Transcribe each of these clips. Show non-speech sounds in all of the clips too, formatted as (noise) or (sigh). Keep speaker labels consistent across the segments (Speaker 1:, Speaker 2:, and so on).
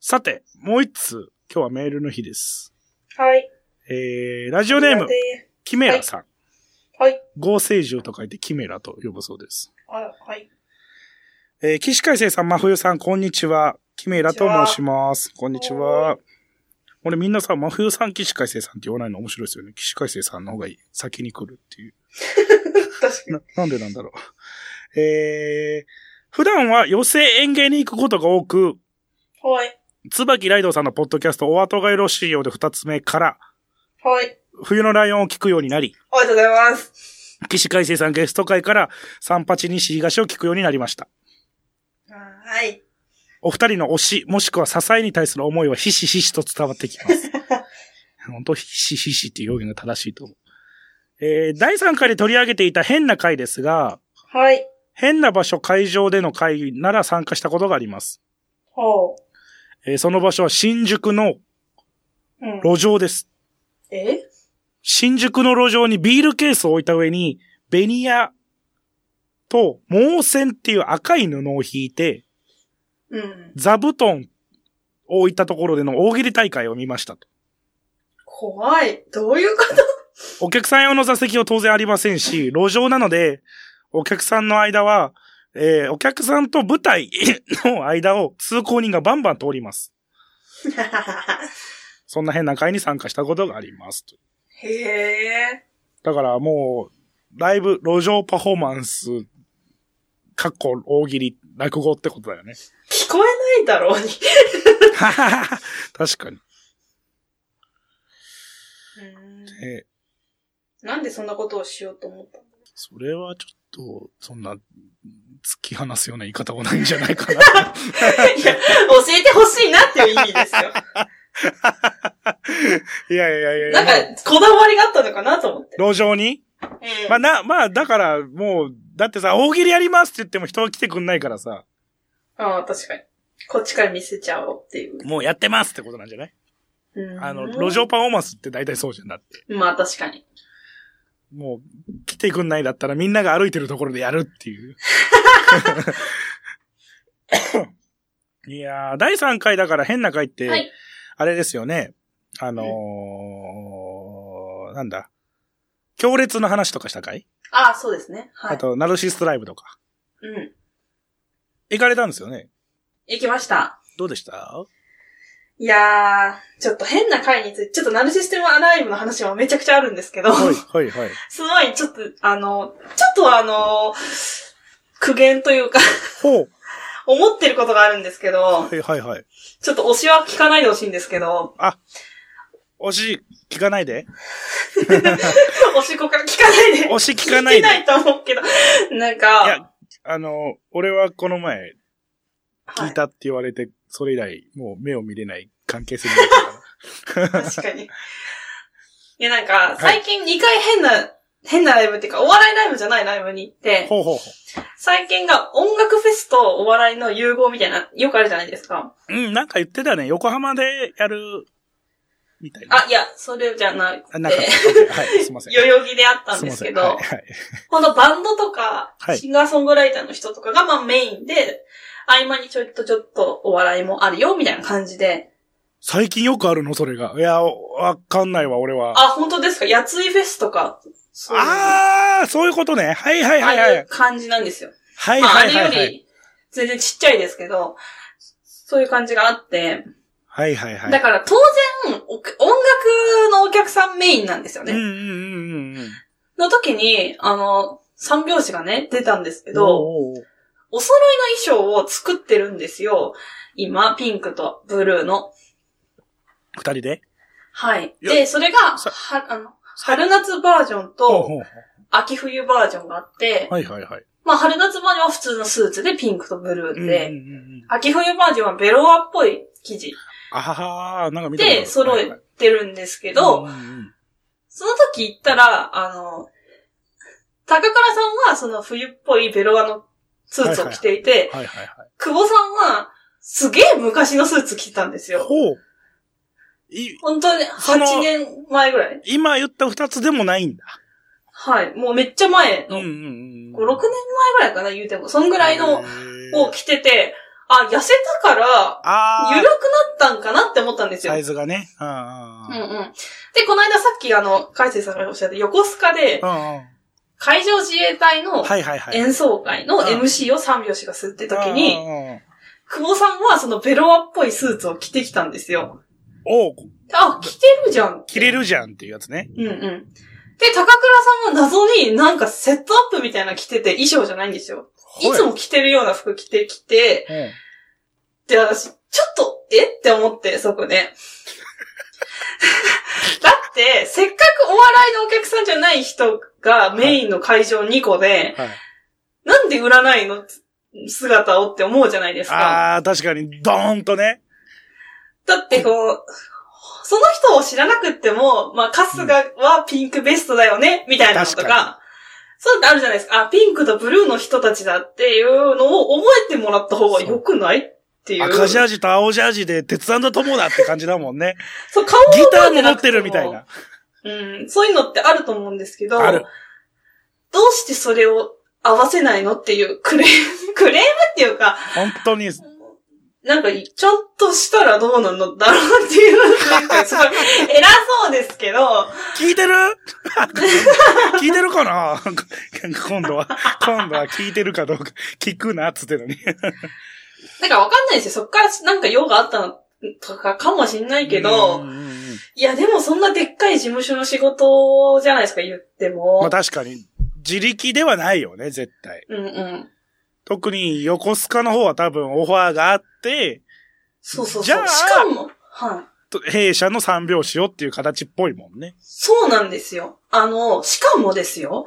Speaker 1: さて、もう一通、今日はメールの日です。
Speaker 2: はい。
Speaker 1: えー、ラジオネーム、キメラさん。
Speaker 2: はい。
Speaker 1: 合成獣と書いてキメラと呼ぶそうです。
Speaker 2: あはい。
Speaker 1: えー、岸海生さん、真冬さん、こんにちは。キメラと申します。こんにちは。俺みんなさ、真冬さん、岸海生さんって言わないの面白いですよね。岸海生さんの方がいい先に来るっていう。
Speaker 2: 確かに。
Speaker 1: な、なんでなんだろう。えー、普段は寄せ園芸に行くことが多く、
Speaker 2: はい。
Speaker 1: 椿ライドさんのポッドキャスト、お後がよろしいようで二つ目から、
Speaker 2: はい。
Speaker 1: 冬のライオンを聞くようになり、
Speaker 2: ありがとうございます。
Speaker 1: 岸海生さんゲスト会から、三八西東を聞くようになりました。
Speaker 2: はい。
Speaker 1: お二人の推し、もしくは支えに対する思いはひしひしと伝わってきます。 (laughs) 本当ひしひしっていう表現が正しいと思う。えー、第3回で取り上げていた変な回ですが、
Speaker 2: はい。
Speaker 1: 変な場所会場での会なら参加したことがあります。
Speaker 2: ほ
Speaker 1: えーその場所は新宿の
Speaker 2: う。うん。
Speaker 1: 路上です。
Speaker 2: え
Speaker 1: 新宿の路上にビールケースを置いた上に、ベニヤと毛線っていう赤い布を引いて、
Speaker 2: うん。
Speaker 1: 座布団を置いたところでの大喜利大会を見ましたと。
Speaker 2: 怖い。どういうこと
Speaker 1: お客さん用の座席は当然ありませんし、路上なので、お客さんの間は、えーお客さんと舞台 (coughs) の間を通行人がバンバン通ります。そんな変な会に参加したことがあります。
Speaker 2: へえ。
Speaker 1: だからもう、ライブ、路上パフォーマンス、かっこ大喜利、落語ってことだよね。 (laughs)
Speaker 2: 聞こえないだろうに。
Speaker 1: 確かに。
Speaker 2: うん
Speaker 1: えー
Speaker 2: なんでそんなことをしようと思 (laughs) ったの
Speaker 1: それはちょっと、そんな、突き放すような言い方もないんじゃないかな。
Speaker 2: いや、教えてほしいなっていう意味ですよ。
Speaker 1: (laughs) いやいやいやい
Speaker 2: な
Speaker 1: や
Speaker 2: んか、こだわりがあったのかなと思って。
Speaker 1: まあ路上に
Speaker 2: うん。
Speaker 1: まあな、まあだからもう、だってさ、大喜利やりますって言っても人は来てくんないからさ、
Speaker 2: ああ、確かに。こっちから見せちゃおうっていう。
Speaker 1: もうやってますってことなんじゃない
Speaker 2: うん
Speaker 1: あの、路上パフォーマンスって大体そうじゃんだって。
Speaker 2: まあ確かに。
Speaker 1: もう、来てくんないだったらみんなが歩いてるところでやるって
Speaker 2: (laughs)
Speaker 1: いう。いやー、第3回だから変な回って、
Speaker 2: はい。
Speaker 1: あれですよね。あのー、なんだ。強烈の話とかした回、
Speaker 2: ああ、そうですね。は
Speaker 1: あ
Speaker 2: い。
Speaker 1: と、ナルシストライブとか。
Speaker 2: うん。
Speaker 1: 行かれたんですよね。
Speaker 2: 行きました。
Speaker 1: どうでした
Speaker 2: いやー、ちょっと変な回について、ちょっとナルシステムアライブの話はめちゃくちゃあるんですけど、
Speaker 1: はい、はい、はい。
Speaker 2: すごい、ちょっと、あの、ちょっとあの、苦言というか、
Speaker 1: ほう。
Speaker 2: 思ってることがあるんですけど、
Speaker 1: はい、はい、はい。
Speaker 2: ちょっと推しは聞かないでほしいんですけど、
Speaker 1: 推し、聞かないで。
Speaker 2: 推しこから聞かない
Speaker 1: (laughs)
Speaker 2: で。
Speaker 1: 推し聞かないで
Speaker 2: 聞いてないと思うけど、なんか、
Speaker 1: いや、あの、俺はこの前、
Speaker 2: は
Speaker 1: 聞い
Speaker 2: い、
Speaker 1: たって言われて、それ以来、もう目を見れない関係性になった
Speaker 2: (laughs)
Speaker 1: から。
Speaker 2: 確かに。いや、なんか、最近2回変な、変なライブっていうか、お笑いライブじゃないライブに行って、
Speaker 1: ほうほうほ
Speaker 2: 最近が音楽フェスとお笑いの融合みたいな、よくあるじゃないですか。
Speaker 1: う。うん、なんか言ってたね。横浜でやる、みたいな。
Speaker 2: あ、いや、それじゃなくて、
Speaker 1: あなんか、OK はい、すいません。
Speaker 2: 代々木であったん
Speaker 1: すい
Speaker 2: で
Speaker 1: ますせ
Speaker 2: け
Speaker 1: ん。はい、
Speaker 2: ど、
Speaker 1: はい。
Speaker 2: このバンドとか
Speaker 1: は、い
Speaker 2: シンガーソングライターの人とかがまあメインで、合間にちょっとちょっとお笑いもあるよ、みたいな感じで。
Speaker 1: 最近よくあるのそれが。いや、わかんないわ、俺は。あ
Speaker 2: あ、本当ですかやついフェスとか、そういう
Speaker 1: あー、そういうことね。はいはい
Speaker 2: あ
Speaker 1: はい
Speaker 2: あ
Speaker 1: はいい。
Speaker 2: う感じなんですよ。
Speaker 1: はい
Speaker 2: まあ、あ
Speaker 1: はい
Speaker 2: れ
Speaker 1: は
Speaker 2: よ
Speaker 1: いはい。
Speaker 2: り、全然ちっちゃいですけど、そういう感じがあって、
Speaker 1: はいはいは
Speaker 2: だ
Speaker 1: い。
Speaker 2: から当然、お音楽のお客さんメインなんですよね。
Speaker 1: うんうんうんうん。
Speaker 2: の時に、あの、三拍子がね、出たんですけど、
Speaker 1: おー
Speaker 2: お揃いの衣装を作ってるんですよ。今、ピンクとブルーの。
Speaker 1: 二人で
Speaker 2: はい。
Speaker 1: いや
Speaker 2: で、それが、
Speaker 1: さ
Speaker 2: は、あの、春夏バージョン
Speaker 1: ほう
Speaker 2: と、
Speaker 1: ほうほ
Speaker 2: 秋冬バージョンがあって
Speaker 1: う、はいはいはい。
Speaker 2: まあ、春夏バージョンは普通のスーツでピンクとブル
Speaker 1: う
Speaker 2: ー
Speaker 1: ん
Speaker 2: で、
Speaker 1: うんうんうん
Speaker 2: 秋冬バージョンはベロアっぽい生地
Speaker 1: あははなんか見たことある
Speaker 2: で揃えてるんですけ
Speaker 1: う
Speaker 2: ど、
Speaker 1: んうんうん
Speaker 2: その時行ったら、あの、高倉さんはその冬っぽいベロアのスーツを着ていて、
Speaker 1: はいはいは
Speaker 2: 久保さんは、すげえ昔のスーツ着てたんです
Speaker 1: い。
Speaker 2: よ。
Speaker 1: ほう。い、
Speaker 2: 本当に
Speaker 1: その
Speaker 2: 8年前ぐらい
Speaker 1: 今言った二つでもないんだ。
Speaker 2: はい。もうめっちゃ前
Speaker 1: うん
Speaker 2: の、
Speaker 1: う
Speaker 2: 5、
Speaker 1: んうん。
Speaker 2: 6年前ぐらいかな、言うても。そんぐらいの
Speaker 1: へー
Speaker 2: を着てて、あ、痩せたから、
Speaker 1: あ
Speaker 2: 緩
Speaker 1: あ
Speaker 2: くなったんかなって思ったんですよ
Speaker 1: サ。イズがね。うんう
Speaker 2: うん
Speaker 1: んうん。
Speaker 2: うん。で、この間さっきあの、海星さんがおっしゃった横須賀で
Speaker 1: う、んうん。
Speaker 2: 海上自衛隊の
Speaker 1: はいはいはい。
Speaker 2: 演奏会の
Speaker 1: うん
Speaker 2: MC を三拍子が吸ってた時
Speaker 1: うん
Speaker 2: に、
Speaker 1: うんうん。
Speaker 2: 久保さんはそのベロアっぽいスーツを着てきたんですよ。
Speaker 1: おう
Speaker 2: あ、着てるじゃん。
Speaker 1: 切れるじゃんっていうやつね。
Speaker 2: うんうん。で、高倉さんは謎になんかセットアップみたいなの着てて衣装じゃないんですよ。いつも着てるような服着てきて、
Speaker 1: ほい。うん
Speaker 2: で、私、ちょっと、えって思って、そこで。 (laughs) だって、せっかくお笑いのお客さんじゃない人がメインの会場2個で、
Speaker 1: はい。
Speaker 2: なんで占いの姿をって思うじゃないですか。
Speaker 1: ああ、確かに、ドーンとね。
Speaker 2: だってこう、その人を知らなくっても、まあ、カスガはピンクベストだよね、みたいなのと
Speaker 1: 確
Speaker 2: か、そうってあるじゃないですか。あ、ピンクとブルーの人たちだっていうのを覚えてもらった方が良くないっていう。
Speaker 1: 赤ジャージと青ジャージで、鉄腕の友だって感じだもん
Speaker 2: (laughs)
Speaker 1: ね。
Speaker 2: そう、顔を
Speaker 1: ギター
Speaker 2: 覚え
Speaker 1: も
Speaker 2: て
Speaker 1: 持
Speaker 2: な
Speaker 1: っ
Speaker 2: く
Speaker 1: て
Speaker 2: ても
Speaker 1: るみたいな。。
Speaker 2: うん、そういうのってあると思うんですけど、
Speaker 1: ある
Speaker 2: どうしてそれを合わせないのっていうクレーム、 (laughs) クレームっていうか、
Speaker 1: 本当に、
Speaker 2: なんか、ちゃんとしたらどうなんのだろうっていう、なんか、すごい偉そうですけど、
Speaker 1: 聞いてる (laughs) 聞いてるかな (laughs) 今度は、今度は聞いてるかどうか、聞くな、つってのに。
Speaker 2: なんかわかんないですよ。そっからなんか用があったのとかかもしんないけ
Speaker 1: う
Speaker 2: ど、
Speaker 1: んうんうん
Speaker 2: いやでもそんなでっかい事務所の仕事じゃないですか、言っても。
Speaker 1: まあ確かに、自力ではないよね、絶対。
Speaker 2: うんうん。
Speaker 1: 特に横須賀の方は多分オファーがあって、
Speaker 2: そうそうそう。
Speaker 1: じゃあ
Speaker 2: しかも、はい。
Speaker 1: と弊社の三拍子をっていう形っぽいもんね。
Speaker 2: そうなんですよ。あの、しかもですよ。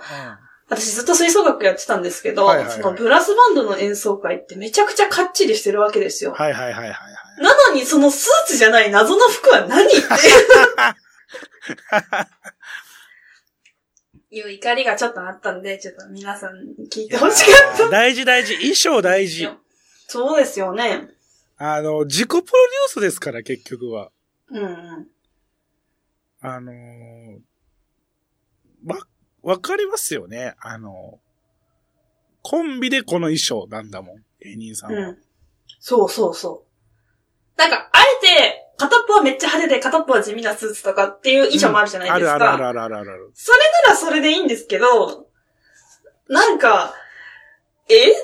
Speaker 2: 私ずっと吹奏楽やってたんですけど、
Speaker 1: はいはいはい
Speaker 2: そのブラスバンドの演奏会ってめちゃくちゃかっちりしてるわけですよ。
Speaker 1: はいはいはいはいはい。
Speaker 2: なのにそのスーツじゃない謎の服は何っ
Speaker 1: (laughs)
Speaker 2: ていう怒りがちょっとあったんで、ちょっと皆さんに聞いてほしかった。
Speaker 1: 大事大事。衣装大事。
Speaker 2: そうですよね。
Speaker 1: あの、自己プロデュースですから、結局は。
Speaker 2: うんうん。
Speaker 1: あのーわ、わかりますよね。あのコンビでこの衣装なんだもん。芸人さん
Speaker 2: う
Speaker 1: は。
Speaker 2: ん。そうそうそう。なんか、あえて、片っぽはめっちゃ派手で、片っぽは地味なスーツとかっていう衣装もあるじゃない
Speaker 1: あ
Speaker 2: です
Speaker 1: る
Speaker 2: か。
Speaker 1: あるあるあるあるある。
Speaker 2: それならそれでいいんですけど、なんか、えっ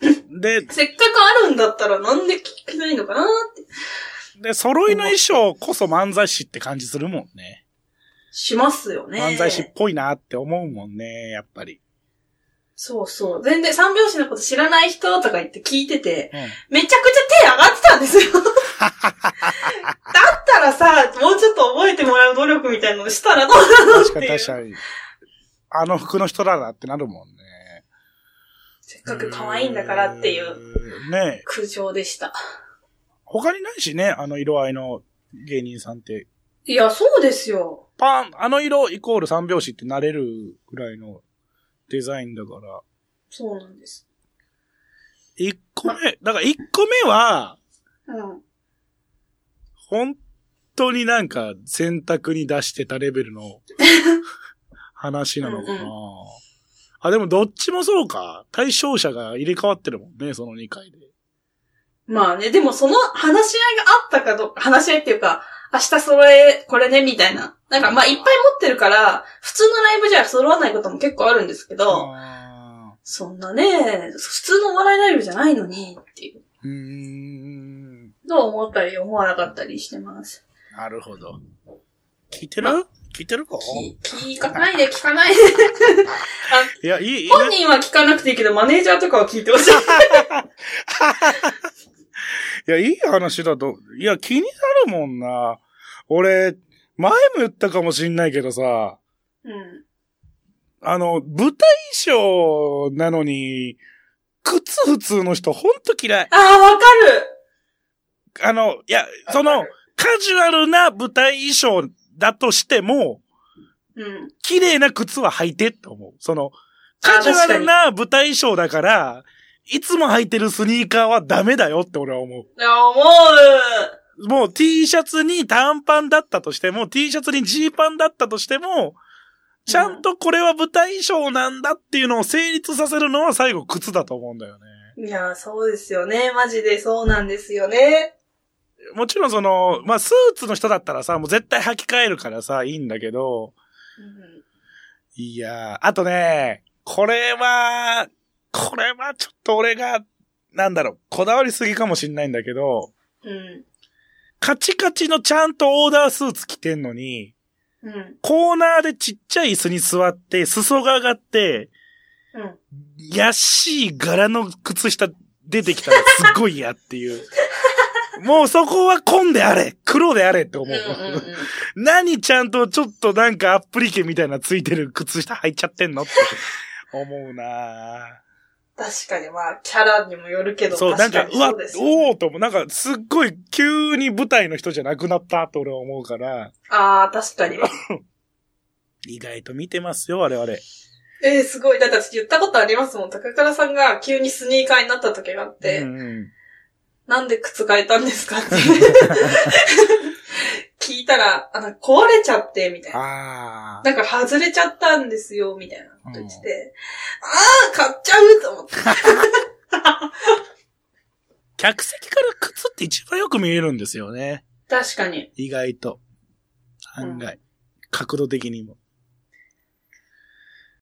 Speaker 2: て、
Speaker 1: で、
Speaker 2: (laughs) せっかくあるんだったらなんで聞けないのかなって。
Speaker 1: で、揃いの衣装こそ漫才師って感じするもんね。
Speaker 2: しますよね。
Speaker 1: 漫才師っぽいなって思うもんね、やっぱり。
Speaker 2: そうそう。全然三拍子のこと知らない人とか言って聞いてて、
Speaker 1: うん。
Speaker 2: めちゃくちゃ手上がってたんです
Speaker 1: (laughs)
Speaker 2: よ。だったらさ、もうちょっと覚えてもらう努力みたいなのしたらどうなのっ
Speaker 1: 確か
Speaker 2: てい
Speaker 1: に
Speaker 2: う。
Speaker 1: 確かに。あの服の人らだってなるもんね。
Speaker 2: せっかく可愛いんだからっていう
Speaker 1: うーん。ねえ
Speaker 2: 苦情でした。
Speaker 1: 他にないしね、あの色合いの芸人さんって。
Speaker 2: いや、そうですよ。
Speaker 1: パンあの色イコール三拍子ってなれるぐらいのデザインだから。
Speaker 2: そうなんです。
Speaker 1: 一個目、だから一個目は、
Speaker 2: うん。
Speaker 1: 本当になんか選択に出してたレベル
Speaker 2: (laughs)
Speaker 1: の話なのかな。
Speaker 2: うんう
Speaker 1: あ、でもどっちもそうか。対象者が入れ替わってるもんね、その2回で。
Speaker 2: まあね、でもその話し合いがあったかどうか、話し合いっていうか、明日揃え、これね、みたいな。なんか、まあ、いっぱい持ってるから、普通のライブじゃ揃わないことも結構あるんですけど、
Speaker 1: あ
Speaker 2: そんなね、普通のお笑いライブじゃないのに、っていう。
Speaker 1: ーうーん。
Speaker 2: どう思ったり思わなかったりしてます。
Speaker 1: なるほど。聞いてる、
Speaker 2: ま
Speaker 1: 聞いてるか
Speaker 2: 聞聞かないで、聞かないで。
Speaker 1: いや、いい、いい。
Speaker 2: (laughs) 本人は聞かなくていいけど、マネージャーとかは聞いてほしい。
Speaker 1: いや、いい話だと、いや、気になるもんな。俺、前も言ったかもしんないけどさ、
Speaker 2: うん。
Speaker 1: あの、舞台衣装なのに、靴普通の人ほんと嫌い。
Speaker 2: ああ、わか
Speaker 1: あの、いや、その、カジュアルな舞台衣装だとしても、
Speaker 2: るうん。
Speaker 1: 綺麗な靴は履いてって思う。その、カジュアルな舞台衣装だから、いつも履いてるスニーカーはダメだよって俺は思う。
Speaker 2: いや、思う。
Speaker 1: もう T シャツに短パンだったとしても、T シャツにジーパンだったとしても、ちゃんとこれは舞台衣装なんだっていうのを成立させるのは最後靴だと思うんだよね。
Speaker 2: いやー、そうですよね。マジでそうなんですよね。
Speaker 1: もちろんその、まあ、スーツの人だったらさ、もう絶対履き替えるからさ、いいんだけど、
Speaker 2: うん
Speaker 1: いやー、あとね、これは、これはちょっと俺が、なんだろう、こだわりすぎかもしんないんだけど、
Speaker 2: うん。
Speaker 1: カチカチのちゃんとオーダースーツ着てんのに、
Speaker 2: うん。
Speaker 1: コーナーでちっちゃい椅子に座って、裾が上がって、
Speaker 2: うん。
Speaker 1: やしい柄の靴下出てきたらすっごい嫌って
Speaker 2: (laughs)
Speaker 1: いう。もうそこは紺であれ黒であれって思う。
Speaker 2: うんうん
Speaker 1: 何ちゃんとちょっとなんかアップリケみたいなついてる靴下履いちゃってんのって思うなぁ
Speaker 2: 確かに、まあ、キャラにもよるけど、
Speaker 1: そう、なん
Speaker 2: 確
Speaker 1: か、
Speaker 2: か
Speaker 1: う
Speaker 2: に
Speaker 1: わ
Speaker 2: そうです、よね
Speaker 1: おおーと思う。なんか、すっごい急に舞台の人じゃなくなったと俺は思うから、
Speaker 2: ああ、確かに。
Speaker 1: 意外と見てますよ、我々。
Speaker 2: ええすごい。だって私言ったことありますもん。高倉さんが急にスニーカーになった時があって、
Speaker 1: うんうん、
Speaker 2: なんで靴変えたんです (laughs) かって聞いたら、あの、壊れちゃって、みたいな。
Speaker 1: ああ。
Speaker 2: なんか外れちゃったんですよ、みたいなこと言ってて、ああ、買っちゃうと思って。
Speaker 1: 客席から靴って一番よく見えるんですよね。
Speaker 2: (laughs) 確かに。
Speaker 1: 意外と。案外。角度的にも。